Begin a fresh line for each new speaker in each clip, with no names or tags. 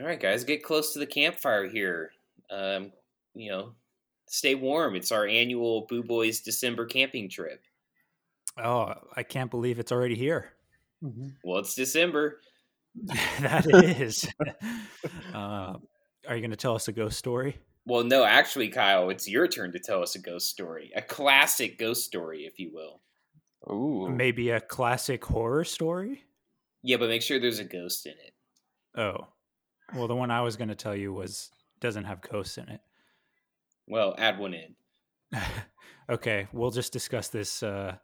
All right, guys, get close to the campfire here. Um, you know, stay warm. It's our annual Boo Boys December camping trip.
Oh, I can't believe it's already here.
Well, it's December.
that is. uh, are you going to tell us a ghost story?
Well, no, actually, Kyle, it's your turn to tell us a ghost story, a classic ghost story, if you will.
Ooh.
Maybe a classic horror story?
Yeah, but make sure there's a ghost in it.
Oh, well, the one I was going to tell you was doesn't have ghosts in it.
Well, add one in.
okay, we'll just discuss this uh,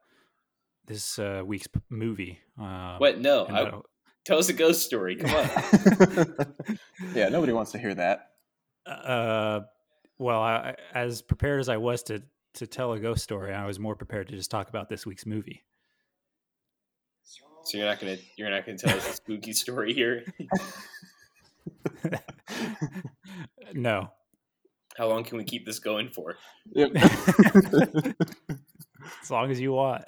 this uh, week's p- movie. Um,
What? No,
and
I,
that'll-
tell us a ghost story. Come on.
yeah, nobody wants to hear that.
uh, well, I, I- as prepared as I was to to tell a ghost story, I was more prepared to just talk about this week's movie.
so you're not gonna you're not gonna tell us a spooky story here.
no,
How long can we keep this going for?
Yep.
as long as you want.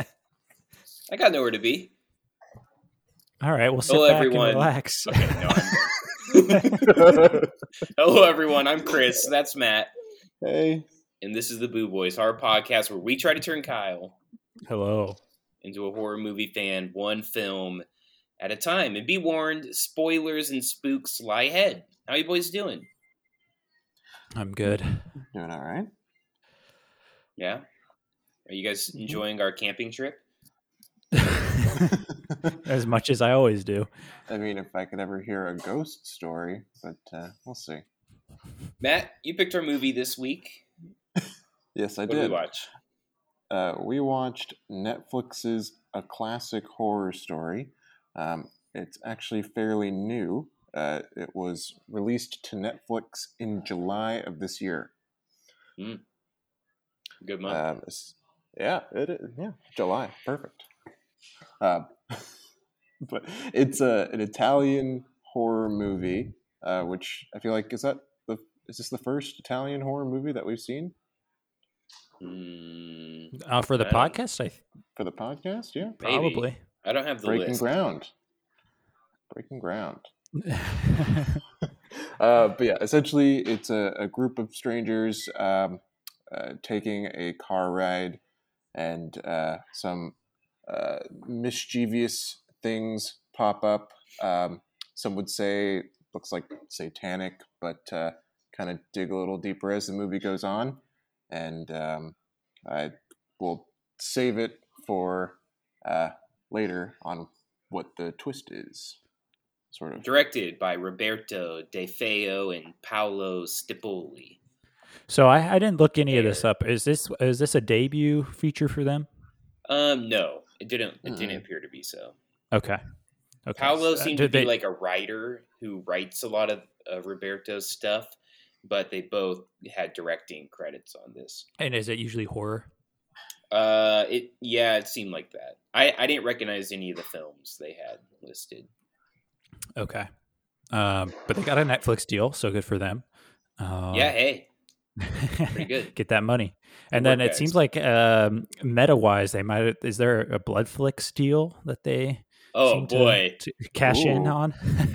I got nowhere to be.
All right, well, sit
Hello,
back
everyone.
and relax.
Okay, no, I'm Hello, everyone. I'm Chris. That's Matt,
hey.
and this is the Boo Boys, our podcast where we try to turn Kyle
Hello.
into a horror movie fan, one film at a time. And be warned, spoilers and spooks lie ahead. How you boys doing?
I'm good.
Doing all right?
Yeah. Are you guys
Mm-hmm.
enjoying our camping trip?
as much as I always do.
I mean, if I could ever hear a ghost story, but uh, we'll see.
Matt, you picked our movie this week.
Yes, I
What did
did.
we watch?
Uh, we watched Netflix's A Classic Horror Story. Um, it's actually fairly new. Uh, it was released to Netflix in July of this year.
Good month.
Um, s- yeah, it is, yeah, July, perfect. Um, but it's a an Italian horror movie, uh, which I feel like is that the is this the first Italian horror movie that we've seen
Hmm,
Uh, for the
I don't-
podcast, I th-
for the podcast? Yeah,
Maybe.
probably.
I don't have the
breaking
list.
ground, breaking ground. Uh, but yeah, essentially, it's a, a group of strangers um, uh, taking a car ride, and uh, some uh, mischievous things pop up. Um, some would say looks like satanic, but uh, kind of dig a little deeper as the movie goes on. And um, I will save it for uh, later on what the twist is, sort of.
Directed by Roberto De Feo and Paolo Stipoli.
so I, I didn't look any of this up. Is this is this a debut feature for them?
Um, no, it didn't. It didn't
Mm-mm.
appear to be so.
Okay. Okay.
Paolo
so, uh,
seemed
Hmm. did
to be
they-
like a writer who writes a lot of uh, Roberto's stuff, but they both had directing credits on this.
And is it usually horror?
Uh, it yeah, it seemed like that. I I didn't recognize any of the films they had listed.
Okay. Um, but they got a Netflix deal, so good for them. Um,
yeah, hey, pretty good.
Get that money, and
work,
then it
guys.
seems like um, meta-wise, they might. Is there a Bloodflix deal that they
Oh
seem to-
boy,
to cash in
Ooh.
on?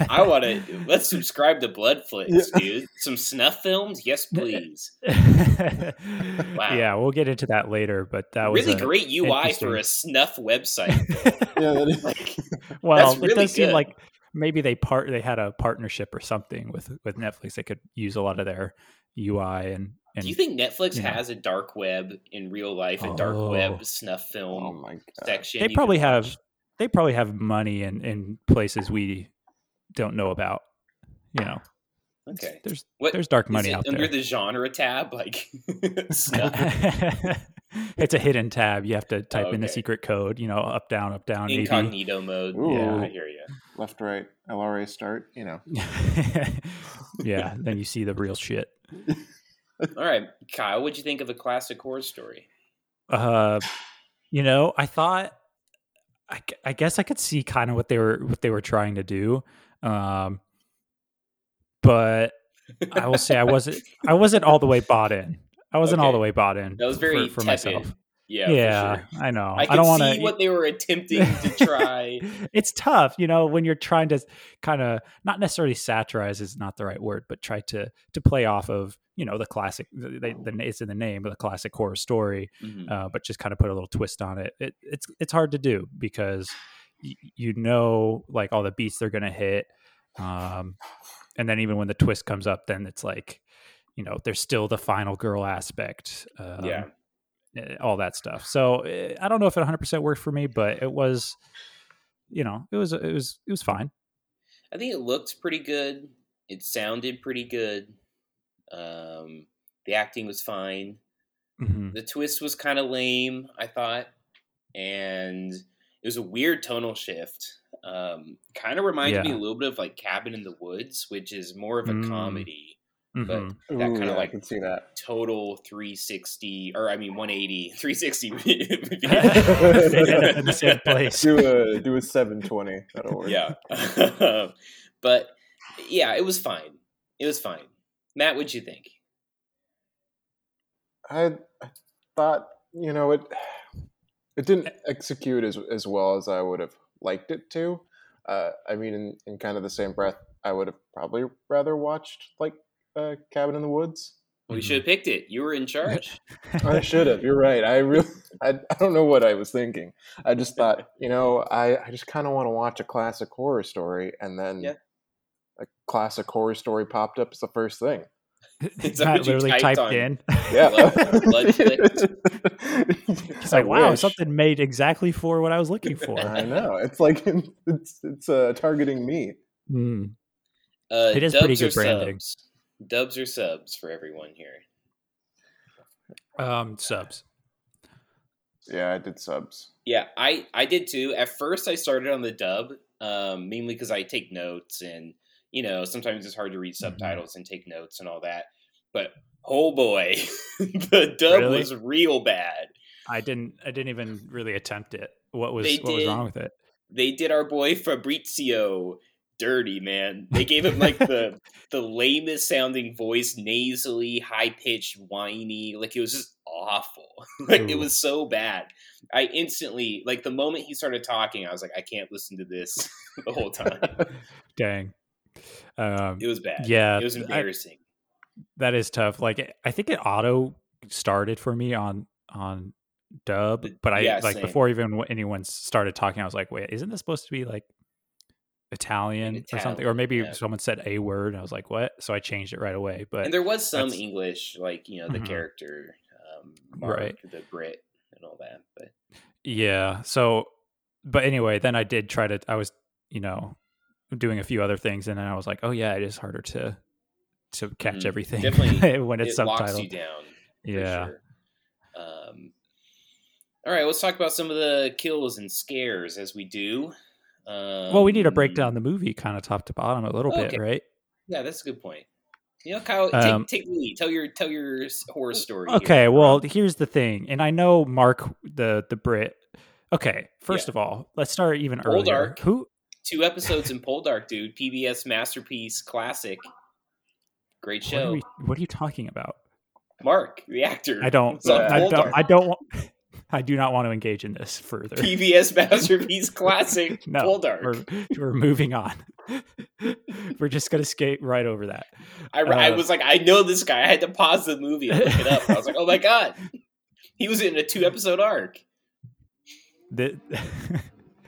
I want to let's subscribe to Bloodflix, dude. Some snuff films, yes, please.
Yeah, we'll get into that later, but that was
really
a-
great UI for
interesting.
a snuff website.
Yeah, that is-
like,
Well,
really
it does
good.
seem like maybe they part they had a partnership or something with with Netflix. They could use a lot of their UI and and
do you think Netflix
you know.
has a dark web in real life, a dark
Oh.
web snuff film
oh my god.
section?
they
you can
probably have
watch?
they probably have money in in places we don't know about. You know, It's-
Okay.
there's
What
there's dark
is
money
it
out
under
there.
the genre tab? Like snuff.
it's a hidden tab. You have to type in the
okay.
secret code. You know, up down up down. AB.
incognito mode.
Ooh.
Yeah, I hear you.
left, right, LRA start, you know.
yeah, then you see the real shit.
All right, Kyle, what'd you think of a classic horror story?
uh you know i thought I, gu- I guess i could see kind of what they were what they were trying to do um but i will say i wasn't i wasn't all the way bought in i wasn't all
Okay.
the way bought in
That was
f-
very
for, for
tepid.
myself
Yeah, for
yeah,
sure.
I know.
I
I,
can
don't want
see
to.
what they were attempting to try.
it's tough, you know, when you're trying to kind of not necessarily satirize is not the right word, but try to to play off of you know the classic. They, the, it's in the name of the classic horror story,
Mhm.
uh, but just kind of put a little twist on it. it it's it's hard to do because y- you know like all the beats they're gonna hit, um, and then even when the twist comes up, then it's like you know there's still the final girl aspect. Um,
yeah,
eh, all that stuff. So eh, I don't know if it 100% worked for me, but it was, you know, it was it was it was fine.
I think it looked pretty good. It sounded pretty good. Um, the acting was fine.
Mhm.
The twist was kind of lame, I thought, and it was a weird tonal shift. Um, kind of reminded me
Yeah.
a little bit of like Cabin in the Woods, which is more of a
Mm.
comedy, but
Mhm.
that
Ooh,
kind of
yeah, I
like
can see that.
total 360 or I mean 180 360
They end up in the same place.
Do a do a seven twenty. That'll work.
yeah but yeah it was fine it was fine Matt what'd you think
I, I thought you know it it didn't execute as as well as I would have liked it to. Uh, I mean, in, in kind of the same breath, I would have probably rather watched like uh, Cabin in the Woods.
Mm-hmm.
we should have picked it you were in charge
I should have. You're right. I really, I, I don't know what I was thinking. I just thought, you know, I, I just kind of want to watch a classic horror story, and then
Yeah.
a classic horror story popped up as the first thing.
Is that
Matt
what you
literally
typed
typed,
on?
in.
Yeah.
Blood- blood clicked.
He's
I
like, wow,
wish.
something made exactly for what I was looking for.
I know. It's like it's it's uh, targeting me.
Mm.
uh,
It is
dubs
pretty
or
good branding.
subs? dubs or subs for everyone here
Um, subs.
Yeah, I did subs.
yeah I I did too at first I started on the dub um, mainly because I take notes and you know sometimes it's hard to read subtitles and take notes and all that but oh boy the dub
Really?
was real bad
I didn't I didn't even really attempt it. What was
They
what was
did.
wrong with it?
they did our boy Fabrizio dirty, man. They gave him like the the lamest sounding voice, nasally, high pitched, whiny. Like it was just awful. like it
Ooh.
was so bad. I instantly like the moment he started talking, I was like, I can't listen to this the whole time.
Dang. Um,
It was bad.
yeah,
It was
I-
embarrassing.
that is tough. Like it- I think it auto started for me on on dub,
The-
but I
yeah,
like
same.
before even w- anyone started talking, I was like, wait, isn't this supposed to be like Italian, or something? Or
Italian,
maybe
yeah.
someone said a word, and I was like, what? So I changed it right away. But
and there was some
that's-
English, like, you know, the
Mhm.
character, um, Mark,
Right.
the Brit and all that. But
yeah, so but anyway, then I did try to. I was you know doing a few other things, and then I was like, oh yeah, it is harder to to catch
Mhm.
everything
Definitely,
when it's
it locks you
subtitled.
down. for
Yeah.
sure. Um, all right, let's talk about some of the kills and scares as we do. Um,
Well, we need to break down the movie kind of top to bottom a little
Okay.
bit, right?
Yeah, that's a good point. You know, Kyle,
Um,
take, take the lead. Tell your tell your s- horror story. here.
Okay,
Um
well, here's the thing, and I know Mark the the Brit. Okay, first
Yeah.
of all, let's start even
Old
earlier.
Ark.
Who?
two episodes in Poldark, dude. PBS masterpiece, classic, great
What are,
show.
we, what are you talking about?
Mark, the actor.
I don't.
It's on
Yeah.
I don't.
Poldark.
I don't want. I do not want to engage in this further.
PBS masterpiece, classic,
No,
Poldark.
We're, we're moving on. we're just gonna skate right over that.
I, I
uh,
was like, I know this guy. I had to pause the movie and look it up. I was like, oh my god, he was in a two episode arc.
The,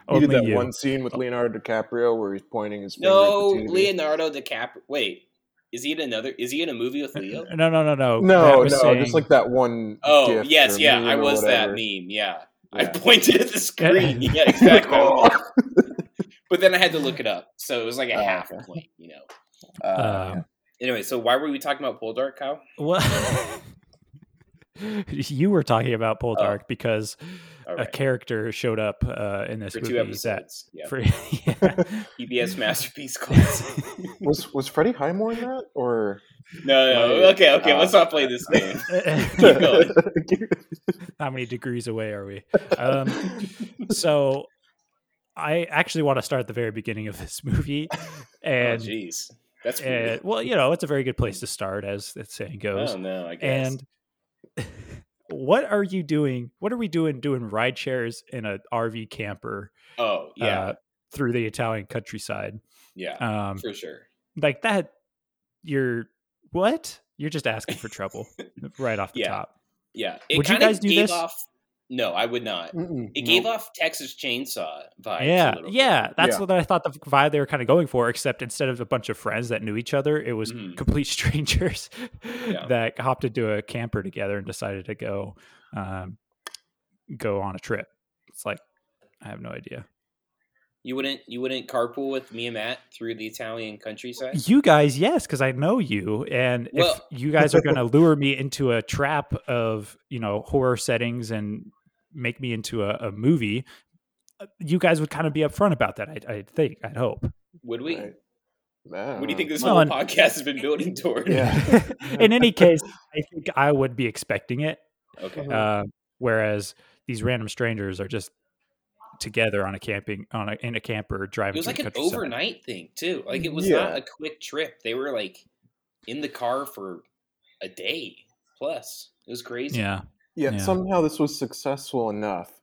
He
only
did that
you.
one scene with Leonardo DiCaprio where he's pointing his finger
No,
at the TV.
Leonardo DiCaprio. Wait, is he in another? Is he in a movie with Leo?
No, no, no, no. Oh, that
no, no,
was saying-
just like that one.
Oh
gift
yes,
or
yeah,
meme
I
or
was that
whatever.
meme. Yeah. I
Yeah.
pointed at the screen. Yeah, exactly. but then I had to look it up, so it was like a
Oh,
half
okay.
point, you know.
Uh,
Um,
Anyway, so why were we talking about Poldark, Kyle?
Well, you were talking about Poldark Dark because
All
a
right,
character showed up uh, in this
for
movie
two episodes.
that
Yeah,
for yeah.
PBS masterpiece class.
was was Freddie Highmore in that or?
No, no,
Right.
okay, okay. let's
Uh,
not play this game. Keep going.
yeah,
how many degrees away are we? Um, so, I actually want to start at the very beginning of this movie,
Oh,
and,
jeez, that's
and
weird.
well, you know, it's a very good place to start, as the saying goes.
Oh no, I guess.
and what are you doing? What are we doing doing ride shares in a RV camper
Oh yeah,
uh, through the Italian countryside?
yeah,
Um,
for sure.
like that, you're what? You're just asking for trouble right off the
Yeah.
top.
Yeah, it
Would you
kinda
guys do
gave
this?
Off, no, I would not. It gave off Texas Chainsaw vibes. a
yeah,
little bit.
yeah. That's
Yeah.
what I thought the vibe they were kind of going for, except instead of a bunch of friends that knew each other, it was
Mhm.
complete strangers
Yeah.
that hopped into a camper together and decided to go, um, go on a trip. It's like I have no idea.
You wouldn't you wouldn't carpool with me and Matt through the Italian countryside?
You guys, yes, because I know you, and
Well-
if you guys are going to lure me into a trap of you know horror settings and make me into a, a movie, uh, you guys would kind of be upfront about that. I, I think. I'd hope.
Would we?
Right.
What do you think this
Well,
whole
and-
podcast has been building toward?
Yeah.
in any case, I think I would be expecting it.
Okay.
Uh, whereas these random strangers are just together on a camping on a, in a camper
It
driving.
was
through
like
the
an
countryside.
overnight thing too. Like it was
Yeah.
not a quick trip. They were like in the car for a day plus. It was crazy.
Yeah,
Yet
Yeah.
somehow this was successful enough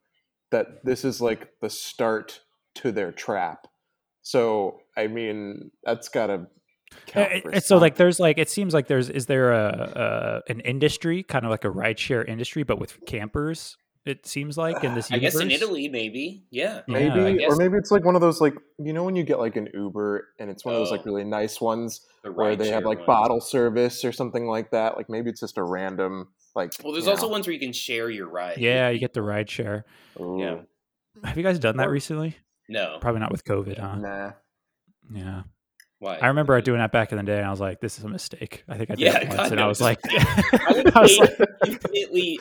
that this is like the start to their trap. So I mean, that's gotta count.
Uh,
for
uh, so like
something.
there's like it seems like there's is there a, a an industry kind of like a rideshare industry but with campers? It seems like in this
I
universe.
guess in Italy, maybe. Yeah.
Yeah, I
maybe,
guess-
or maybe it's like one of those like you know when you get like an Uber and it's one of those
Oh.
like really nice ones
The
where they have
rideshare
like
ones.
bottle service or something like that. Like maybe it's just a random like.
Well, there's
you
also
know,
ones where you can share your ride.
Yeah, you get the rideshare.
ooh,
yeah.
Have you guys done that
Or-
recently?
No.
Probably not with COVID, huh?
Nah.
Yeah.
Why?
I remember doing that back in the day, and I was like, "This is a mistake." I think I did
Yeah,
it once,
God
and I
knows.
was like,
I
"I
would
was
pay
like,
infinitely,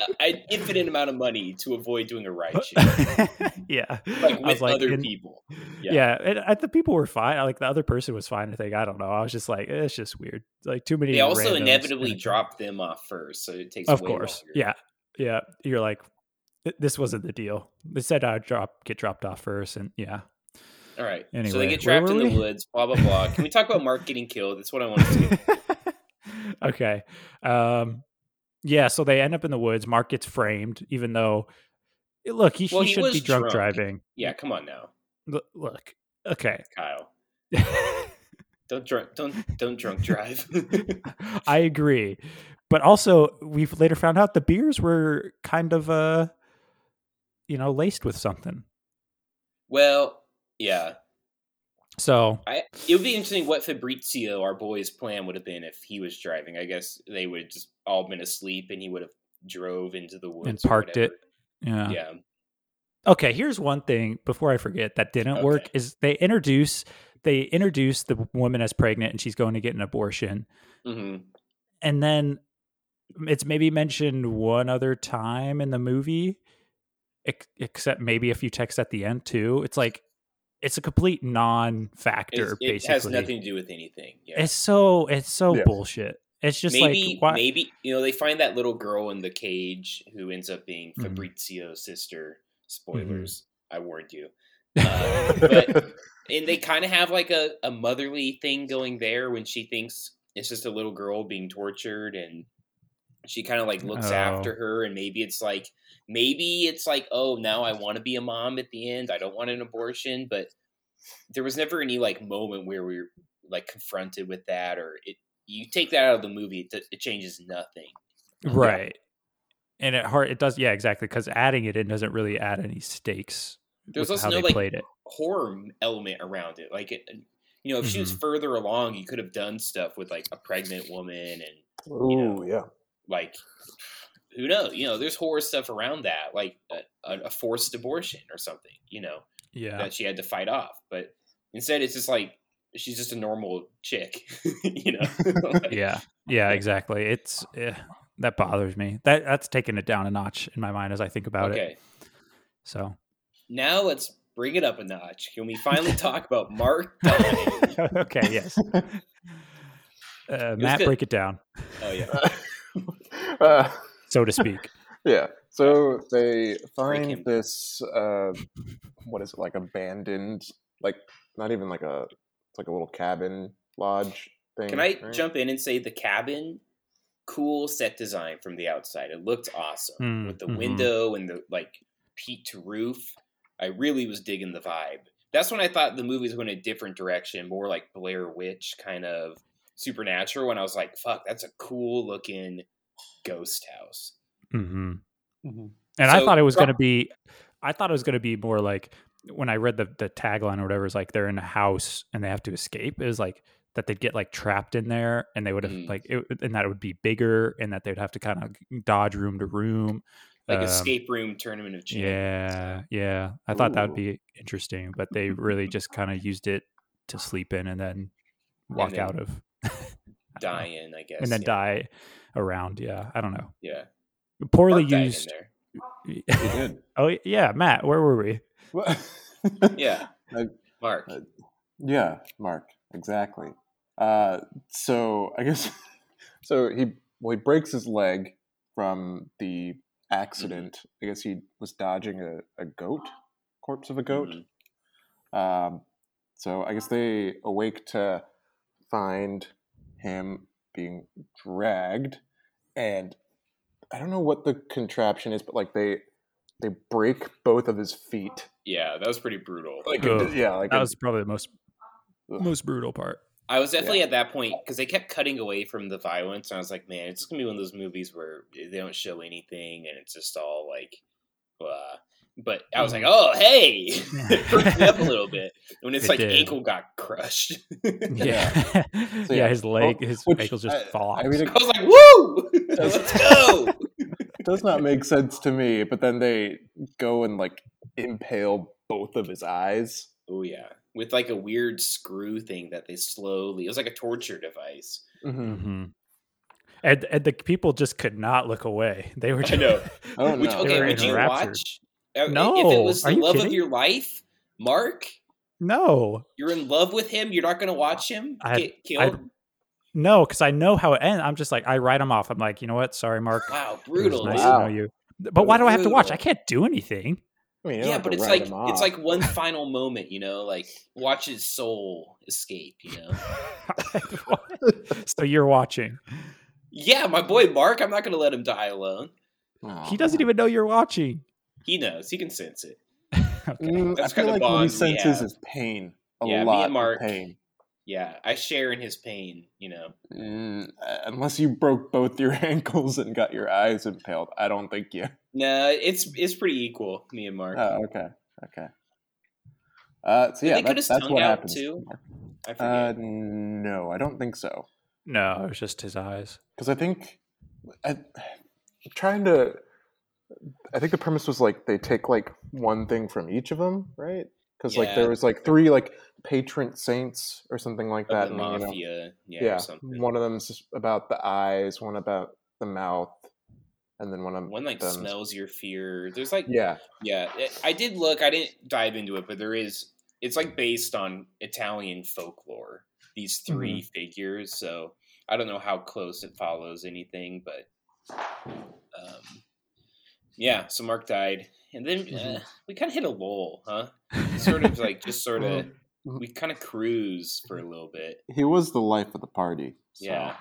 uh, an infinite amount of money to avoid doing a ride share,
yeah."
like
I was
with
like,
other
in-
people.
Yeah, and I, the people were fine. I- Like the other person was fine. I think I don't know. I was just like, "Eh, it's just weird. Like too many.
They also
randoms in
inevitably
a-
drop them off first, so it takes.
Of
way
course,
longer.
yeah, yeah. You're like, "Th- this wasn't the deal. They said I'd drop, get dropped off first, and yeah,
All right. so
Anyway,
they get
where
trapped
were
in the
we?
woods. Blah blah blah. Can we talk about Mark getting killed? That's what I want to do.
okay. Um, yeah, so they end up in the woods. Mark gets framed, even though, look, he,
Well,
he
he
should be
was
drunk,
drunk.
driving.
Yeah, come on now,
L- look, okay.
Kyle. Don't drunk. Don't don't drunk drive.
I agree. But also, we've later found out the beers were kind of, uh, you know, laced with something.
well, yeah.
So,
I it would be interesting what Fabrizio, our boy's plan, would have been if he was driving. I guess they would have just all been asleep, and he would have drove into the woods or
parked it. uh, yeah.
whatever. Yeah.
Okay, here's one thing before I forget that didn't work
Okay.
is they introduce they introduce the woman as pregnant and she's going to get an abortion.
hmm
and then it's maybe mentioned one other time in the movie ex- except maybe a few texts at the end too it's like it's a complete non-factor
It's- It
basically
has nothing to do with anything. Yeah.
it's so it's so
Yeah.
bullshit it's just
maybe,
like why
maybe you know they find that little girl in the cage who ends up being
Mhm.
Fabrizio's sister.
Mm-hmm.
Spoilers, I warned you. Uh, but and they kind of have like a, a motherly thing going there when she thinks it's just a little girl being tortured and she kind of like looks
Oh.
after her and maybe it's like maybe it's like oh now i want to be a mom at the end i don't want an abortion but there was never any like moment where we were like confronted with that or it you take that out of the movie it, it changes nothing
right and it hard it does yeah exactly because adding it in doesn't really add any stakes
There's
with
also
how
no,
they
like,
played it
horror m- element around it. Like, it, you know, if she was
Mm-hmm.
further along, you could have done stuff with like a pregnant woman and
Ooh, yeah.
like, who knows? You know, there's horror stuff around that, like uh, a, a forced abortion or something. You know,
yeah
that she had to fight off. But instead, it's just like she's just a normal chick. you know? Like,
yeah yeah exactly it's eh, that bothers me that that's taken it down a notch in my mind as i think about it
Okay.
so
Now let's bring it up a notch. Can we finally talk about Mark? Downey?
okay yes uh, matt
good.
break it down
oh yeah.
Uh,
so to speak
yeah. So they
him.
find this. Uh, what is it like? Abandoned, like not even like a. It's like a little cabin lodge thing.
Can I
right?
jump in and say the cabin cool set design from the outside. It looked awesome
Hmm,
with the
mhm.
window and the like peaked roof. I really was digging the vibe. That's when I thought the movies went a different direction, more like Blair Witch kind of supernatural. And I was like, "Fuck, that's a cool looking ghost house."
Mm-hmm.
Mm-hmm.
And I
So-
thought it was going to be, I thought it was going to be more like when I read the, the tagline or whatever, it's like they're in a house and they have to escape. It was like that they'd get like trapped in there and they would have
Mm.
like, it, and that it would be bigger and that they'd have to kind of dodge room to room.
Like
Um,
escape room tournament of champions.
Yeah. Yeah. I thought that would
Ooh.
be interesting, but they really just kind of used it to sleep in and then walk
then
out of I don't know,
die in, I guess,
and then
yeah.
die around. Yeah. I don't know.
Yeah,
Poorly
Mark died in
used.
there.
oh, yeah. Matt, where were we?
Yeah,
I-
Mark.
I- Yeah, Mark, exactly. Uh, so I guess so. He well, he breaks his leg from the accident. I guess he was dodging a, a goat, corpse of a goat.
Mhm.
Um, so I guess they awake to find him being dragged, and I don't know what the contraption is, but like they they break both of his feet.
Yeah, that was pretty brutal.
Like
Ugh.
yeah, like
That
a-
was probably the most
Ugh.
most brutal part.
I was definitely at that point because they kept cutting away from the violence, and I was like, man, it's just gonna be one of those movies where they don't show anything, and it's just all like, blah. But I was like, oh hey, it perked me up a little bit when it's
Mm-hmm. It
like
did.
ankle got crushed. I
Yeah, yeah.
So, yeah.
His leg,
Well,
his
which
ankles just
I-
fall.
I mean, it
was like, woo,
That's-
let's go.
does not make sense to me. But then they go and like impale both of his eyes.
Oh yeah, with like a weird screw thing that they slowly. It was like a torture device.
hmm and and the people just could not look away. They were
I
just,
know.
Oh,
Which
no.
They
okay,
were
would you
enraptured.
watch? Uh, if it
No,
was the
are you
love of
kidding?
your life, Mark,
No,
you're in love with him. You're not going to watch him
I-
get killed.
no, because I know how it ends. I'm just like I write them off. I'm like, you know what? Sorry, Mark. It
wow,
was
brutal.
nice
Wow.
to know you. But why do I have to watch? I
Brutal.
can't do anything.
I mean,
Yeah,
you don't have
but
to
it's
write
like
him off.
it's like one final moment, you know, like watch his soul escape, you know.
so you're watching.
yeah, my boy
Mm-hmm.
Mark, I'm not going to let him die alone.
Aw,
He doesn't
man.
even know you're watching.
He knows. He can sense it.
Okay.
Mm, I
That's
feel
kinda
like what he
bond we
senses
have.
is pain. A
Yeah, me and
lot
Mark-
of pain.
Yeah, I share in his pain, you know.
Mm, uh, unless you broke both your ankles and got your eyes impaled, I don't think you.
No, it's it's pretty equal, me and Mark.
Oh, okay, okay. Uh, so
Did
yeah,
they cut
that-
his
that's
tongue
what
out,
happens.
too? I forget.
Uh, no, I don't think so.
No, it was just his eyes.
because I think I, I'm trying to. I think the premise was like they take like one thing from each of them, right? Because like there
Yeah.
was like three like patron saints or something like
of
that.
the
and, you know,
mafia, yeah,
yeah,
or something.
one of them's about the eyes, one about the mouth, and then one of
One like
them's-
smells your fear. There's like
Yeah,
Yeah, it- I did look. I didn't dive into it, but there is. It's like based on Italian folklore. These
Mm-hmm.
3 figures. So I don't know how close it follows anything, but um, yeah. So Mark died, and then
Mm-hmm.
uh, we kind of hit a lull, huh? Sort of like just sort of
Well,
we kind of cruise for a little bit.
he was the life of the party. so-
Yeah.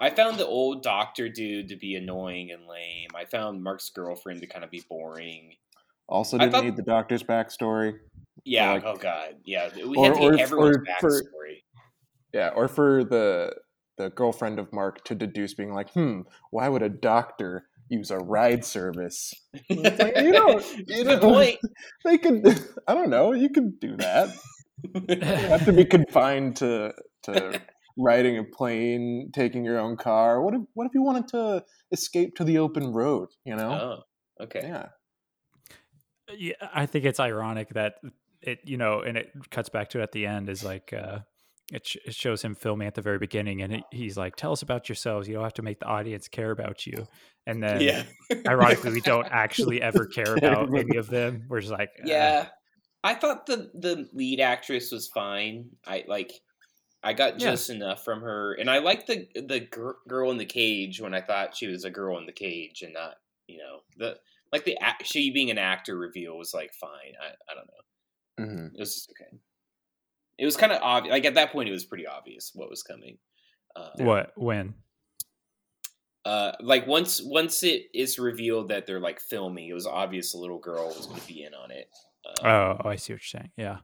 I found the old doctor dude to be annoying and lame. I found Mark's girlfriend to kind of be boring.
Also,
I
didn't
thought-
need the doctor's backstory.
Yeah.
like-
oh God. Yeah. We
Or-
had to get
or-
everyone's
or for-
backstory.
Yeah, or for the the girlfriend of Mark to deduce, being like, "Hmm, why would a doctor use a ride service?" It's like, you don't- you
Good
don't-
point.
They could, I don't know, you could do that. You have to be confined to to riding a plane, taking your own car. What if what if you wanted to escape to the open road? You know,
Oh, okay.
yeah,
Uh, yeah, I think it's ironic that it, you know, and it cuts back to it at the end is like, uh, it, sh- it shows him filming at the very beginning and it, he's like, tell us about yourselves. You don't have to make the audience care about you. And then
Yeah.
ironically, we don't actually ever care
Care
about
about
any of them. We're just like, uh,
Yeah. I thought the the lead actress was fine. I like I got
Yeah.
just enough from her and I liked the the gir- girl in the cage when I thought she was a girl in the cage and not, you know, the like the act- she being an actor reveal was like fine. I I don't know.
hmm
It was just okay. It was kind of obvious. Like at that point, it was pretty obvious what was coming. Um,
what, when?
Uh, like once once it is revealed that they're like filming, it was obvious the little girl was going to be in on it. Um,
Oh, oh, I see what you're saying. Yeah.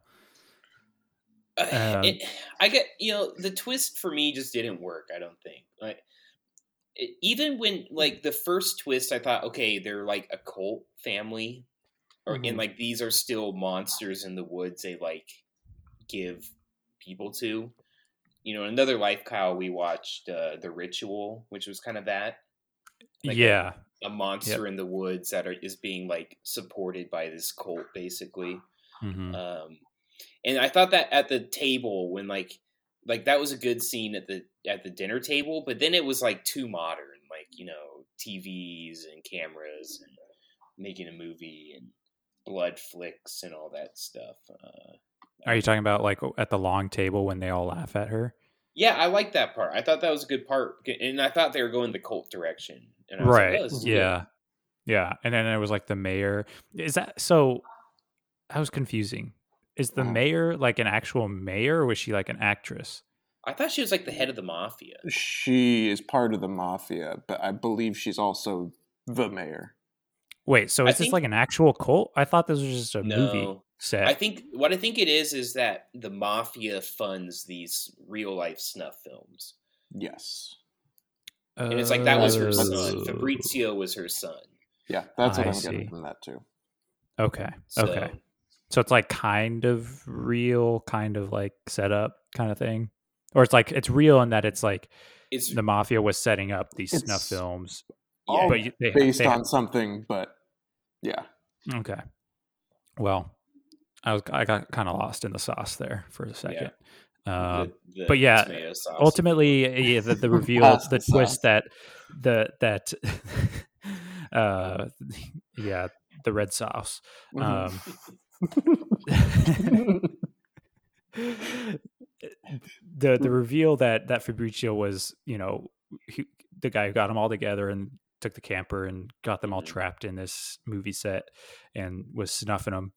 Um,
it, I get you know the twist for me just didn't work. I don't think like it, even when like the first twist, I thought okay they're like a cult family, or and
Mhm.
like these are still monsters in the woods. They like give people to. You know, another life, Kyle. We watched uh, the Ritual, which was kind of that like- uh,
yeah.
a monster in the woods that are, is being like supported by this cult, basically.
Mhm.
Um, and I thought that at the table when like like that was a good scene at the at the dinner table, but then it was like too modern, like you know TVs and cameras and making a movie and blood flicks and all that stuff. Uh,
Are you talking about like at the long table when they all laugh at her?
yeah, I like that part. I thought that was a good part, and I thought they were going the cult direction. And I was like,
Right.
"Oh, this is good."
yeah. Yeah. And then there was like the mayor. Is that so? That was confusing. Is the
Uh-huh.
Mhm.
mayor like an actual mayor or was she like an actress?
I thought she was like the head of the mafia.
She is part of the mafia, but I believe she's also the mayor.
Wait, so
I
is this
think-
like an actual cult? I thought this was just a movie
No.
set.
I think what I think it is is that the mafia funds these real life snuff films,
Yes.
and it's like that was her
Oh.
son. Fabrizio was her son.
Yeah, that's what
I
I'm
see.
getting from that too.
Okay.
So,
Okay. So it's like kind of real, kind of like set up kind of thing. Or it's like it's real in that it's like
It's Oh,
the mafia was setting up these snuff
It's-
films.
Yeah,
All
but you- they,
based
they
on something, but yeah.
Okay. Well, I was I got kind of lost in the sauce there for a second. Um,
the- the
but yeah,
tomato sauce.
ultimately, yeah, the, the reveal,
Pasta
the
sauce.
twist that the that uh, yeah, the red sauce.
Mhm.
Um, the
Mm.
the reveal that that Fabrizio was, you know, he, the guy who got them all together and took the camper and got them all
Mhm.
trapped in this movie set and was snuffing them.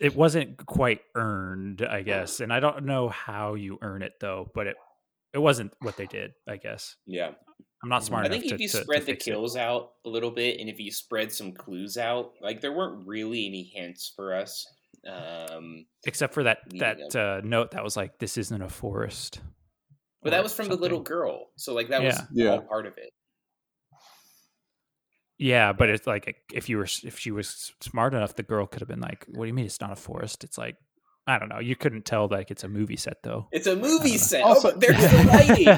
It wasn't quite earned, I guess, and I don't know how you earn it though, but it it wasn't what they did, I guess.
yeah.
I'm not
Mhm.
smart
Mm-hmm. I
enough
think if
to-
you
to- to
spread the
fix it.
kills out a little bit, and if you spread some clues out, like there weren't really any hints for us. Um,
except for that
Leading
that uh, note that was like, "This isn't a forest."
but
or
that was from the little
something.
girl, so like that was
Yeah. Yeah.
all part of it.
Yeah, but it's like if you were if she was s- smart enough, the girl could have been like, "What do you mean it's not a forest?" It's like I don't know. You couldn't tell like it's a movie set though.
It's a
know.
movie set.
Also-
oh, but there's the lighting.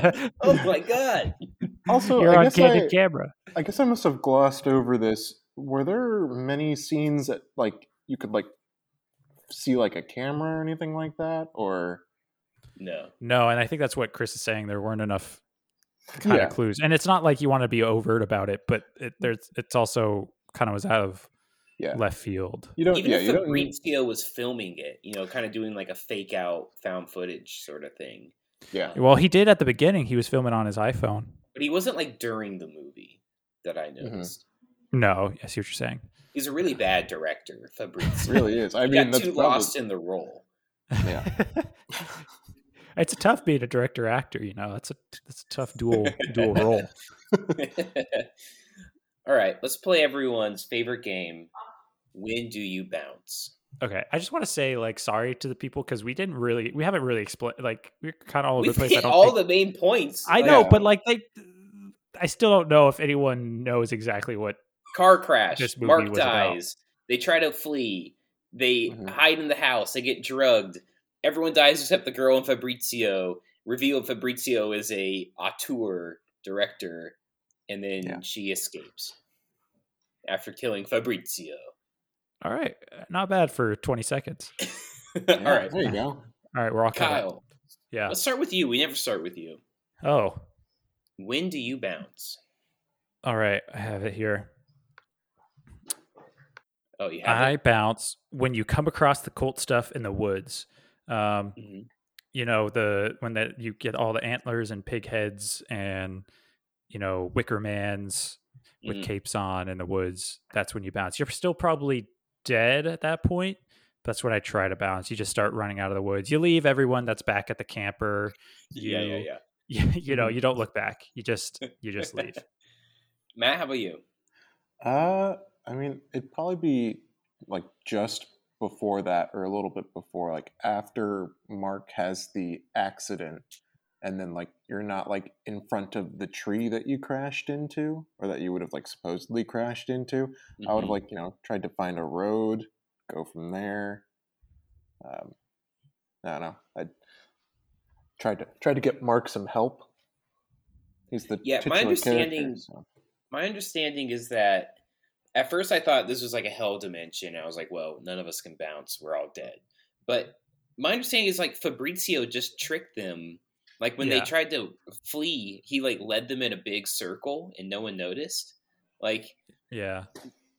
oh my god!
Also,
You're
I
on
guess
candid
I-
camera.
I guess I must have glossed over this. Were there many scenes that like you could like see like a camera or anything like that? Or
No.
No, and I think that's what Chris is saying. There weren't enough kind
Yeah.
of clues, and it's not like you want to be overt about it, but it, there's it's also kind of was out of
Yeah.
left field.
you don't
even
yeah,
if
you
the
don't
green
need,
scale was filming it, you know, kind of doing like a fake out found footage sort of thing.
yeah.
Well, he did at the beginning. He was filming on his iPhone.
But he wasn't like during the movie that I
Mm-hmm.
noticed.
No, I see what you're saying.
He's a really bad director, Fabrizio.
really is. I
He
mean
got
that's
too
probably
lost in the role.
Yeah.
it's a tough being a director actor, you know. That's a that's a tough dual dual role.
All right, let's play everyone's favorite game. When do you bounce?
Okay, I just want to say like sorry to the people because we didn't really we haven't really explained like we're kind of all over
We've
the Oh, place. I
hit
don't
all
think-
the main points.
I
like,
know,
Yeah.
but like they, I still don't know if anyone knows exactly what.
car crash.
This movie
Mark
was about. Mm-hmm.
dies. They try to flee. They
Mhm.
hide in the house. They get drugged. Everyone dies except the girl and Fabrizio. Revealed Fabrizio is a auteur director, and then
Yeah.
she escapes after killing Fabrizio.
All right, not bad for twenty seconds.
yeah,
All right,
There you go.
All right, we're all caught up.
Kyle.
Yeah.
Let's start with you. We never start with you.
Oh,
When do you bounce?
all right. I have it here.
Oh, you have
I
it?
bounce when you come across the cult stuff in the woods. Um,
Mhm.
you know the when that you get all the antlers and pig heads and you know wicker mans with
Mhm.
capes on in the woods that's when you bounce you're still probably dead at that point that's what i try to bounce you just start running out of the woods you leave everyone that's back at the camper
Yeah, yeah,
you-
yeah.
you, you
Mm-hmm.
know, you don't look back. You just you just leave.
Matt, how about you?
Uh, I mean, it'd probably be like just before that, or a little bit before, like after Mark has the accident, and then like you're not like in front of the tree that you crashed into, or that you would have like supposedly crashed into. I would
Mhm.
have like you know tried to find a road, go from there. Um, I don't know. I tried to tried to get Mark some help. He's the
Yeah, my
titular character,
understanding-
so-
my understanding is that at first I thought this was like a hell dimension. I was like, well, none of us can bounce. We're all dead. But my understanding is like Fabrizio just tricked them. Like when
Yeah.
they tried to flee, he like led them in a big circle and no one noticed. Like
Yeah.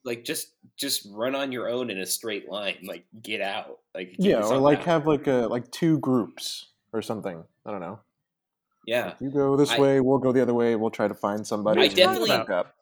like just just run on your own in a straight line. Like get out. Like get
yeah, or
yourself
like
out.
have like a like two groups or something. I don't know.
yeah.
You go this
I-
way, we'll go the other way. We'll try to find somebody.
I
and meet
definitely-
back up.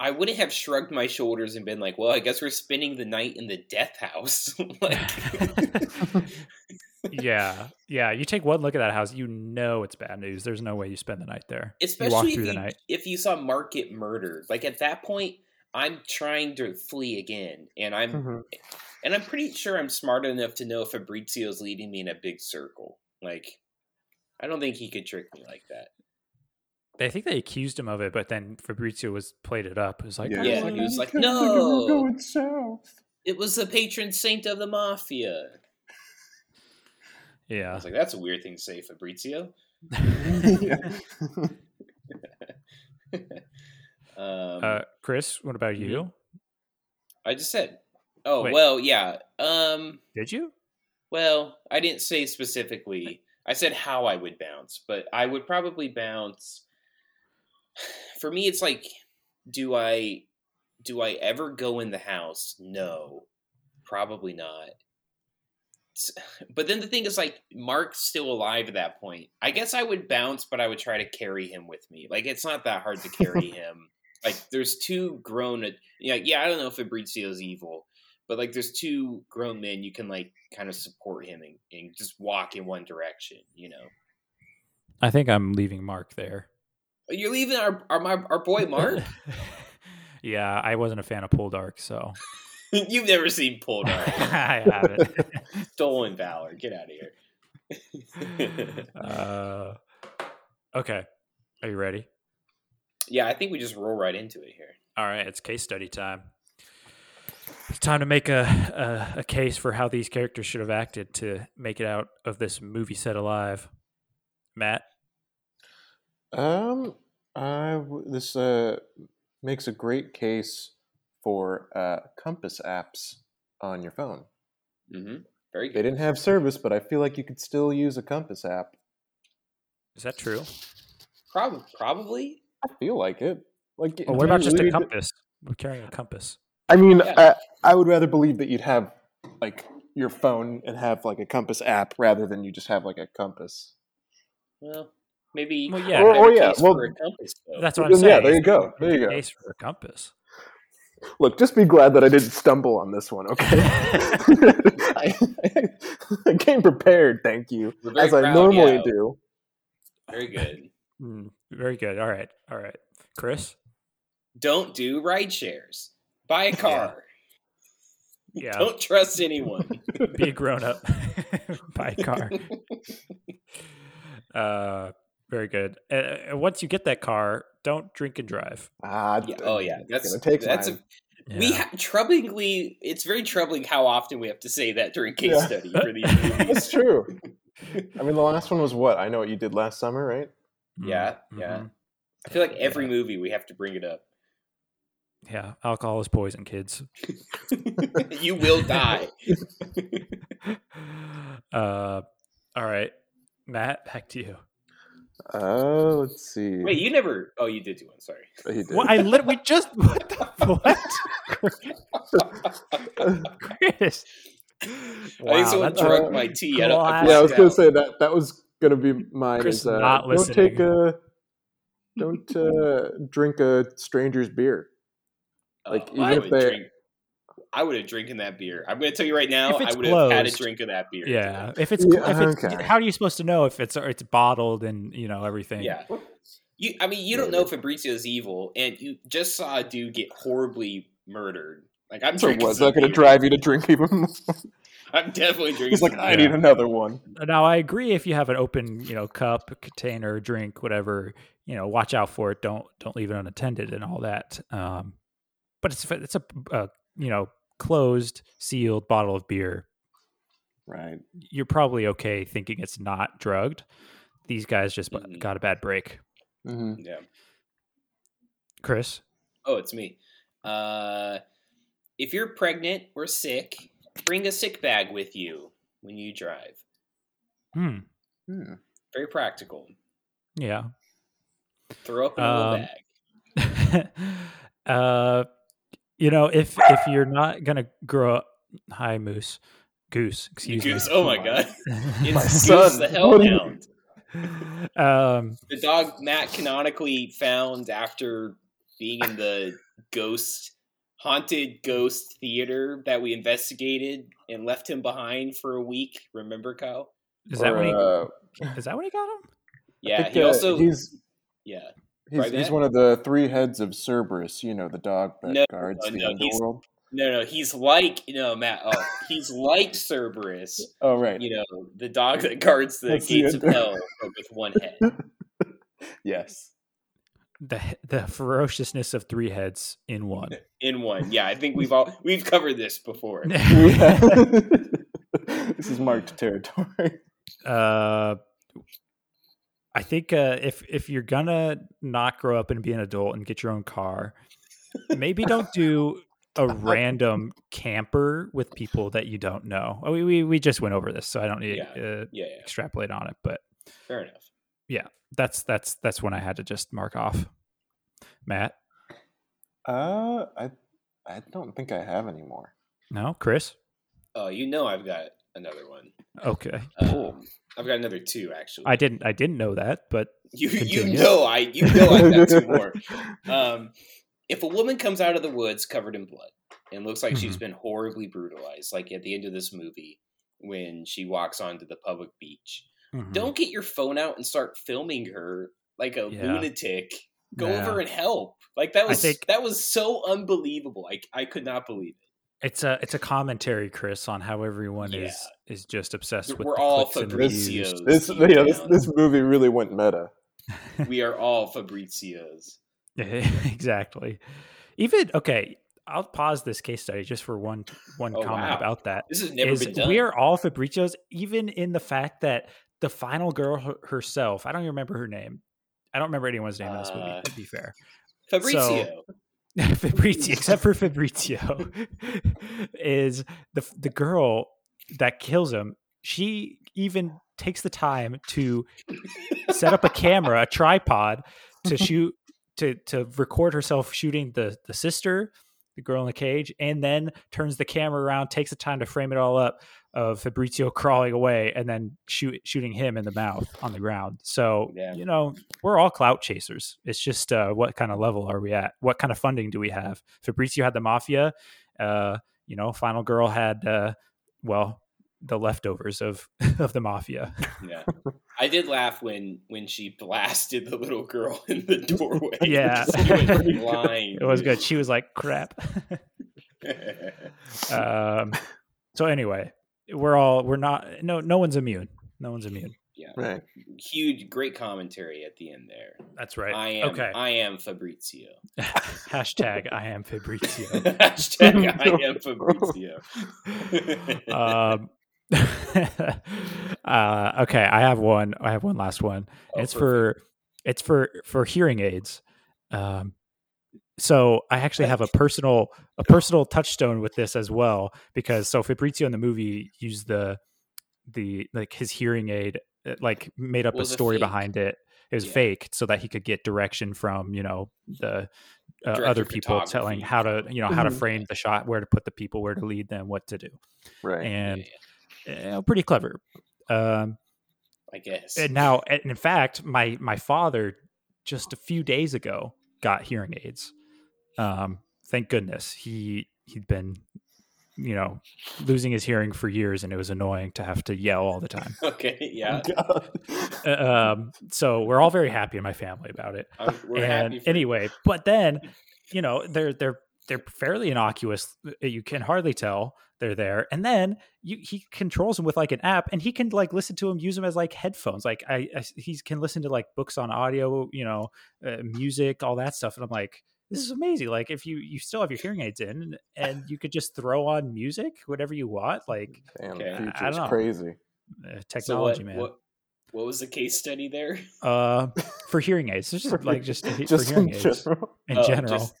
I wouldn't have shrugged my shoulders and been like, well, I guess we're spending the night in the death house. like
yeah. Yeah. You take one look at that house, you know it's bad news. There's no way you spend the night there.
especially
you walk
if,
through
you,
the night.
if you saw Mark get murdered. Like at that point, I'm trying to flee again, and I'm
Hmm. Mm-hmm.
Mhm.
and I'm pretty sure I'm smart enough to know Fabrizio's leading me in a big circle. Like, I don't think he could trick me like that.
I think they accused him of it, but then Fabrizio was played it up. It was like,
Yeah.
"Oh,
Yeah,
look
he was
at
like,
Like, "We're
no,
going south.
it was the patron saint of the mafia.
it."
I
yeah.
was like, that's a weird thing to say, Fabrizio. Um,
uh, Chris, what about
Mm-hmm.
you?
I just said, oh
wait.
well, yeah. Um,
Did you?
Well, I didn't say specifically. I said how I would bounce, but I would probably bounce. For me, it's like, do I, do I ever go in the house? No, probably not. S- But then the thing is, like, Mark's still alive at that point. I guess I would bounce, but I would try to carry him with me. Like, it's not that hard to carry him. Like, there's two grown. ad- Yeah, yeah. I don't know if Fabrizio's evil, but like there's two grown men you can like kind of support him and, and just walk in one direction you know
I think I'm leaving Mark there.
you're leaving our our, my, our boy mark
yeah, I wasn't a fan of Pole Dark, so
you've never seen pulled Dark.
I haven't.
stolen valor get out of here
uh, okay. Are you ready?
yeah i think we just roll right into it here
All right, it's case study time. It's time to make a, a, a case for how these characters should have acted to make it out of this movie set alive. Matt,
Um, I w- this uh makes a great case for uh compass apps on your phone.
mm-hmm. very
They
good
didn't have service, but I feel like you could still use a compass app.
is that true?
Prob- probably
I feel like it. Like,
Well,
do
what about
you
just a
really-
compass? We're carrying a compass.
I mean,
Yeah.
I, I would rather believe that you'd have like your phone and have like a compass app rather than you just have like a compass.
well maybe
Well,
we
yeah,
have
Or- or
a
Oh, yeah,
case
well,
for a compass, though.
That's what I'm
Yeah,
saying.
there you go. There you
A
go.
Case for a compass.
Look, just be glad that I didn't stumble on this one, okay? I, I came prepared, thank you,
We're very
as I
proud,
normally
yeah.
do.
very good
Mm, very good. All right. All right. Chris?
don't do ride shares buy a car
Yeah.
don't trust anyone
be a grown up. Buy a car. Uh, very good. Uh, Uh, once you get that car, don't drink and drive.
Ah,
Yeah,
d-
oh yeah that's
gonna take
that's a,
mine.
We
Yeah.
ha- troublingly, it's very troubling how often we have to say that during case
Yeah.
study for these movies.
That's true. I mean, the last one was what? I know what you did last summer, right?
yeah, yeah.
mhm.
I feel like every
Yeah.
movie we have to bring it up.
Yeah, alcohol is poison, kids.
you will die.
Uh, all right, Matt, back to you.
Oh, let's see.
Wait, you never? Oh, you did do one. Sorry.
He did.
Well, I lit. We just what the what? Chris.
I think
Wow,
someone
that's
a
drunk my tea. I, don't, I
glass
yeah, I was gonna
blacked out.
say that that was gonna be mine.
Chris
is, uh,
not
don't
listening.
take a, don't uh, drink a stranger's beer.
Oh,
like,
uh, I
even if
would
they-
drink- I would have drinking that beer. I'm going to tell you right now,
If
I
it's
would have had a
closed,
drink of that beer.
Yeah, if it's,
Yeah,
if it's
okay.
how are you supposed to know if it's it's bottled and you know everything?
Yeah. You, I mean, you don't know Fabrizio's evil, and you just saw a dude get horribly murdered. Like I'm
So
drinking.
what? Is
some
that going to
beer.
drive you to drink even? more?
I'm definitely drinking.
He's like,
some
I
beer.
need another one.
Now I agree. If you have an open, you know, cup, container, drink, whatever, you know, watch out for it. Don't don't leave it unattended and all that. Um, but it's it's a, a you know closed sealed bottle of beer.
Right.
You're probably okay thinking it's not drugged. These guys just bu-
Mhm.
got a bad break.
Mm-hmm.
Yeah.
Chris,
Oh, it's me. Uh, if you're pregnant or sick, bring a sick bag with you when you drive.
hmm,
Very practical.
yeah.
Throw up in a little
Um,
bag.
uh, you know, if if you're not gonna grow up, hi moose, goose, excuse
Goose.
me.
Oh my god. It's
My
Goose
son.
the
What are you-
Hellhound.
um,
The dog Matt canonically found after being in the ghost haunted ghost theater that we investigated and left him behind for a week. Remember, Kyle?
is that
Or,
when he
uh,
is that when he got him?
I
Yeah.
think,
He
uh,
also
he's
yeah.
he's,
Right,
he's
Matt?
one of the three heads of Cerberus. You know, the dog that
No, uh,
guards
no,
the
no, he's-
underworld.
No, no, he's like no Matt. Oh, he's like Cerberus.
Oh, right.
You know, the dog that guards the
That's the
gates of
end.
hell but with one head.
Yes.
The the ferociousness of three heads in one.
In one. Yeah, I think we've all we've covered this before.
this is marked territory.
uh, I think uh, if if you're gonna not grow up and be an adult and get your own car, maybe don't do a random camper with people that you don't know. Oh, We we, we just went over this, so I don't need to uh,
Yeah, yeah,
extrapolate on it. But
fair enough.
that's that's that's when I had to just mark off. Matt,
Uh, I I don't think I have any more.
no, Chris,
Oh, you know I've got another one.
okay.
Um, I've got another two actually.
I didn't I didn't know that, but
you you
continue.
know I you know I've got two more. Um, if a woman comes out of the woods covered in blood and looks like she's
Mhm.
been horribly brutalized, like at the end of this movie when she walks onto the public beach,
mhm.
don't get your phone out and start filming her like a
Yeah.
lunatic. Go
Yeah.
over and help. Like that
I
was
think-
that was so unbelievable. I I could not believe it.
It's a it's a commentary, Chris, on how everyone
Yeah.
is is just obsessed with
We're
the
all
clicks and the views.
Fabricios.
This
deep
yeah, this,
down.
this movie really went meta.
We are all Fabrizios.
exactly. Even okay, I'll pause this case study just for one one
Oh,
comment
wow.
about that.
This has never
is
been done.
we are all Fabricios, even in the fact that the final girl her- herself. I don't even remember her name. I don't remember anyone's name in this movie.
Uh,
To be fair,
Fabrizio.
Fabrizio, except for Fabrizio, is the the girl that kills him. She even takes the time to set up a camera, a tripod, to shoot to to record herself shooting the the sister, the girl in the cage, and then turns the camera around, takes the time to frame it all up of Fabrizio crawling away and then shoot shooting him in the mouth on the ground. So
Yeah.
you know we're all clout chasers. It's just uh, what kind of level are we at? What kind of funding do we have? Fabrizio had the mafia. Uh, you know, Final Girl had uh, well the leftovers of of the mafia.
Yeah. I did laugh when when she blasted the little girl in the doorway.
Yeah.
She went blind.
It was good. She was like, "Crap." um, so anyway, we're all we're not no no one's immune. No one's immune.
yeah.
Right.
Huge great commentary at the end there.
That's right.
I am
Okay.
I am Fabrizio.
Hashtag I am Fabrizio.
Hashtag I am Fabrizio.
um, uh, okay, I have one. I have one last one.
Oh,
it's
perfect.
for it's for for hearing aids. Um, so I actually have a personal a personal touchstone with this as well because so Fabrizio in the movie used the the like his hearing aid uh, like made up a
Was a
story
fake.
behind it. It was
Yeah.
fake so that he could get direction from you know the uh,
Director
other people
photography.
telling
Mm-hmm.
how to you know how to
Mhm.
frame the shot, where to put the people, where to lead them, what to do,
Right.
and
Yeah, yeah,
uh, pretty clever. Um,
I guess.
and now, and in fact, my my father just a few days ago got hearing aids. Um, thank goodness he he'd been you know, losing his hearing for years, and it was annoying to have to yell all the time.
Okay, yeah.
Uh, um, so we're all very happy in my family about it.
I'm, we're
and
happy. For,
anyway, but then you know they're they're they're fairly innocuous. uh, You can hardly tell they're there. And then you, he controls them with like an app, and he can like listen to them, use them as like headphones. Like I, I he can listen to like books on audio, you know, uh, music, all that stuff. And I'm like, this is amazing. Like if you you still have your hearing aids in, and you could just throw on music, whatever you want. Like
Damn,
Okay. I-
I
the future's
don't know.
crazy.
uh,
so
technology,
what,
man.
what what was the case study there?
Uh, for hearing aids, it's just
For-
like just, to-
just
for
in
hearing aids
general.
in
Oh,
general.
just-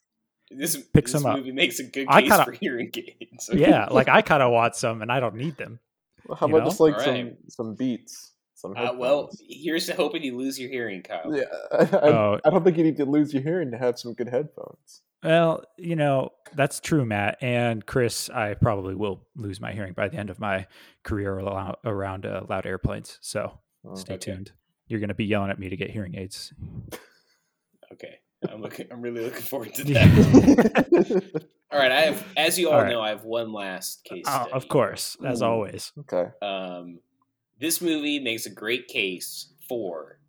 this
Picks
this
them up.
movie makes a good
I
case
kinda-
for hearing aids.
yeah, like I kind of want some, and I don't need them.
Well, How
You
about
know?
just like
All
some
right.
some beats? Some
Uh, well,
headphones?
here's to hoping you lose your hearing, Kyle.
yeah, I, I,
Oh.
I don't think you need to lose your hearing to have some good headphones.
Well, you know, that's true, Matt. And Chris, I probably will lose my hearing by the end of my career alou- around uh, loud airplanes. So
Mm.
stay
okay.
tuned. You're going to be yelling at me to get hearing aids.
Okay, I'm looking. I'm really looking forward to
Yeah.
that. all right, I have, as you all,
All right.
know, I have one last case.
Oh,
Study.
of course, as
Mm.
always.
okay.
Um, this movie makes a great case for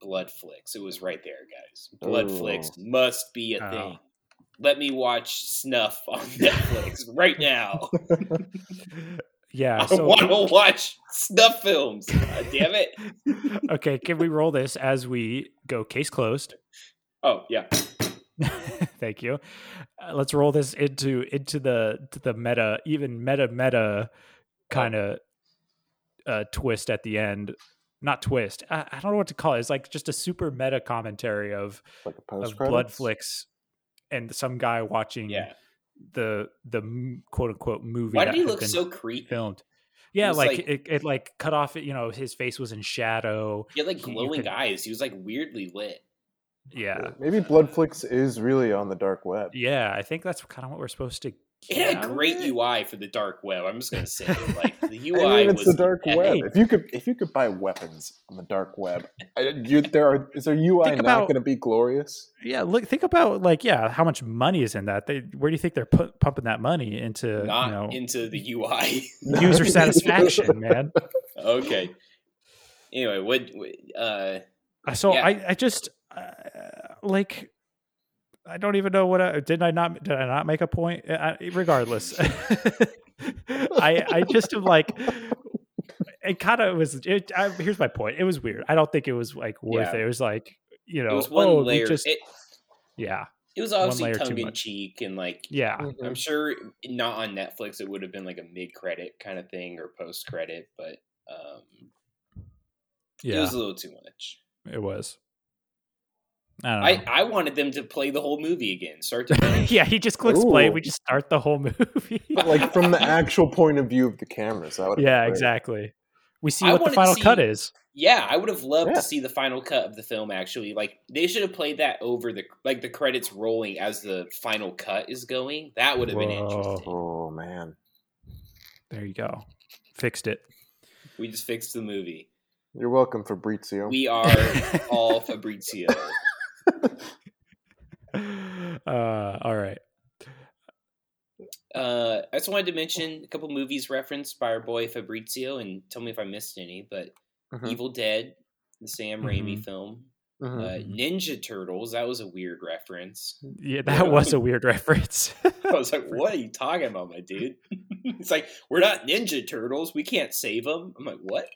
blood flicks. It was right there, guys. Blood
Ooh.
flicks must be a
Oh.
thing. Let me watch Snuff on Netflix right now.
Yeah.
I
So,
want to watch Snuff films. God damn it!
okay, can we roll this as we go case closed?
Oh yeah.
Thank you. Uh, let's roll this into into the to the meta, even meta meta kind of uh, twist at the end. Not twist. I, I don't know what to call it. It's like just a super meta commentary of
Like a post
of blood flicks and some guy watching
Yeah.
the the m- quote unquote movie.
Why
that
did he
had
look
been
so creepy?
filmed? Yeah,
was
like,
like-
it, it like cut off. You know, his face was in shadow.
He had like
You- you
glowing
could-
eyes. He was like weirdly lit.
Yeah,
Maybe Bloodflix is really on the dark web.
yeah. I think that's kind of what we're supposed to.
It had
get
a
out of
great
it.
UI for the dark web. I'm just gonna say, it. like the UI
I mean, it's
was
the dark web.
epic.
If you could, if you could buy weapons on the dark web, I- you, there are is there UI
Think
not
about-
going to be glorious?
Yeah, look, think about like, yeah, how much money is in that? They, where do you think they're pu- pumping that money into?
Not
you know,
into the UI.
user satisfaction, man.
okay. Anyway, what? what, Uh,
Uh, So
Yeah.
I, I just uh, like, I don't even know what I did. I not did I not make a point? Uh, I, regardless, I I just am like. It kind of was. It, I, here's my point. It was weird. I don't think it was like worth
Yeah.
it. It was like you know,
it was one
oh, we
layer.
just-
it,
yeah,
it was
layer
obviously
too
tongue in
much.
cheek, and like
yeah,
I'm sure not on Netflix. It would have been like a mid credit kind of thing or post credit, but um, it
yeah.
was a little too much.
It was. I don't know.
I I wanted them to play the whole movie again, start to finish.
yeah, he just clicks play.
Ooh.
We just start the whole movie.
Mm-hmm.
like from the actual point of view of the cameras. That would've been
yeah,
great.
exactly. We see
I
what the
wanna
final
see-
cut is.
Yeah, I would have loved
Yeah.
to see the final cut of the film. Actually, like they should have played that over the like the credits rolling as the final cut is going. That would have been
Whoa.
interesting.
Oh man,
There you go. Fixed it.
We just fixed the movie.
you're welcome, Fabrizio.
We are all Fabrizio.
uh, all right.
Uh, I just wanted to mention a couple movies referenced by our boy Fabrizio, and tell me if I missed any. But
Mhm.
Evil Dead, the Sam
Mm-hmm.
Raimi film, uh,
Mhm.
Ninja Turtles. That was a weird reference.
Yeah, that was a weird reference.
I was like, "What are you talking about, my dude?" it's like we're not Ninja Turtles. We can't save them. I'm like, "What?"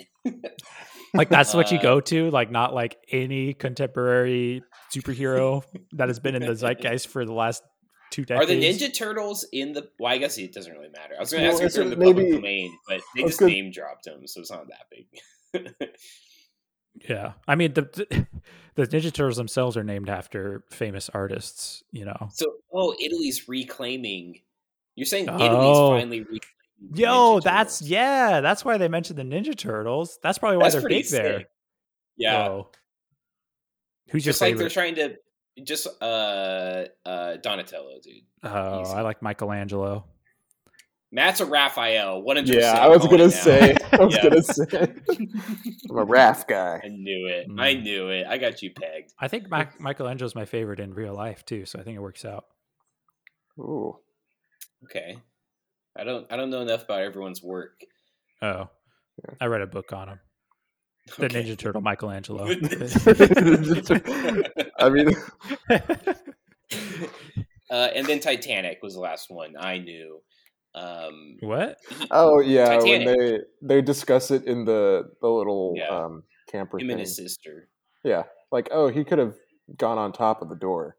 like that's what you
Uh,
go to, like not like any contemporary superhero that has been in the zeitgeist for the last two
Are
decades.
the Ninja Turtles in the? Well, I guess it doesn't really matter. I was going to
Well,
ask if
is
they're in
it
the
maybe-
public domain, but they
I was
just
gonna-
name dropped them, so it's not that big.
Yeah. I mean the the- the Ninja Turtles themselves are named after famous artists, you know.
So, oh, Italy's reclaiming. You're saying Italy's
Oh.
finally reclaiming. the
Yo,
Ninja
that's
Turtles.
yeah, that's why they mentioned the Ninja Turtles. That's probably why
That's
they're
pretty
big there.
sick. Yeah,
So, Who's
just
your
like they're
favorite?
trying to just uh uh Donatello, dude.
oh,
easy.
I like Michelangelo.
Matt's a Raphael, one hundred.
yeah, I was gonna say. I was
Yeah.
gonna say. I'm a Raph guy.
I knew it. I
Mm.
knew it. I got you pegged.
I think Mac- Michelangelo's my favorite in real life too, so I think it works out.
Ooh.
Okay. I don't I don't know enough about everyone's work.
Oh, I read a book on him. The
Okay.
Ninja Turtle Michelangelo.
I mean,
uh, and then Titanic was the last one I knew. Um,
what?
oh yeah, when
Titanic.
they they discuss it in the the little
Yeah.
um, camper
him
thing.
and his sister.
Yeah, like oh, he could have gone on top of the door.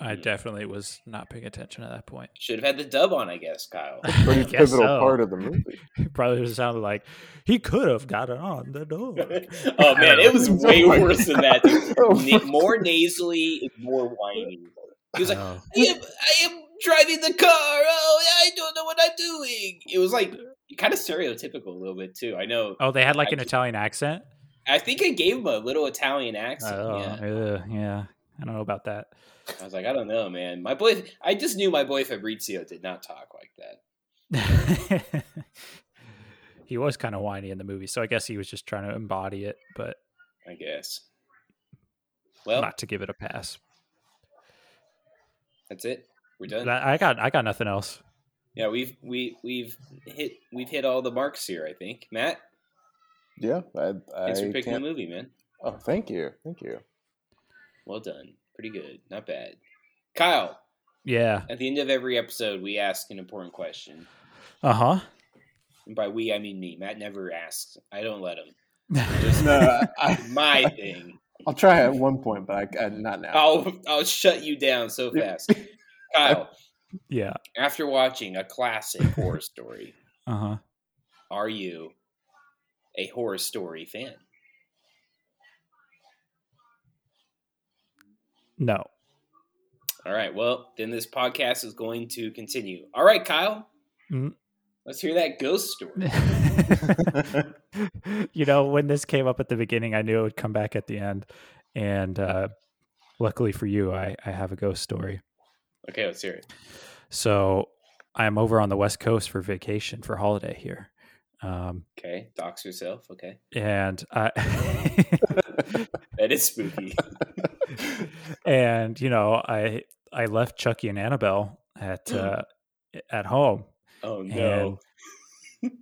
Mm.
I definitely was not paying attention at that point.
Should have had the dub on, I guess, Kyle.
Pretty
I guess
pivotal
so.
part of the movie.
Probably just sounded like he could have got it on the door.
oh man, it was way
Oh my
worse than that.
Oh my
Na- more nasally, more whiny. He was like,
Oh.
I am, I am driving the car. Oh, I don't know what I'm doing. It was like kind of stereotypical a little bit too. I know.
Oh, they had like an
I-
Italian accent.
I think I gave him a little Italian accent.
Oh,
yeah.
ugh, yeah. I don't know about that.
I was like, I don't know, man. My boy, I just knew my boy Fabrizio did not talk like that.
he was kind of whiny in the movie, so I guess he was just trying to embody it, but
I guess. Well,
not to give it a pass.
that's it. We're done.
That- I got I got nothing else.
yeah, we've we we've hit we've hit all the marks here. I think, Matt.
Yeah, I, I
Thanks for picking
can't-
the movie, man.
Oh, thank you, thank you.
Well done. Pretty good. Not bad. Kyle,
Yeah.
at the end of every episode, we ask an important question.
Uh
And by we, I mean me. Matt never asks. I don't let him.
huh.
Just
No, I,
my thing.
I'll try at one point, but I, I, not now.
I'll I'll shut you down so fast. Kyle,
yeah.
after watching a classic horror story,
Uh huh.
are you a horror story fan?
No.
All right. Well, then this podcast is going to continue. All right, Kyle.
Mm.
Let's hear that ghost story.
you know, when this came up at the beginning, I knew it would come back at the end, and uh, luckily for you, I, I have a ghost story.
Okay, let's hear it.
So I'm over on the West Coast for vacation for holiday here. Um,
Okay, dox yourself. Okay,
and I
that is spooky.
and you know, I I left Chucky and Annabelle at uh, at home.
Oh Mm. no!
and-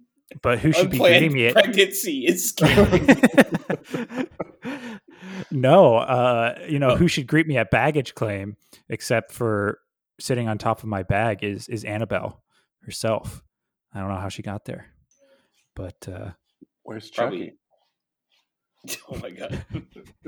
but who should be
Unplanned
getting me it?
pregnancy is scary.
no, uh, you
Oh.
know who should greet me at baggage claim except for sitting on top of my bag is is Annabelle herself. I don't know how she got there, but uh,
Where's Chucky?
Probably. oh my god!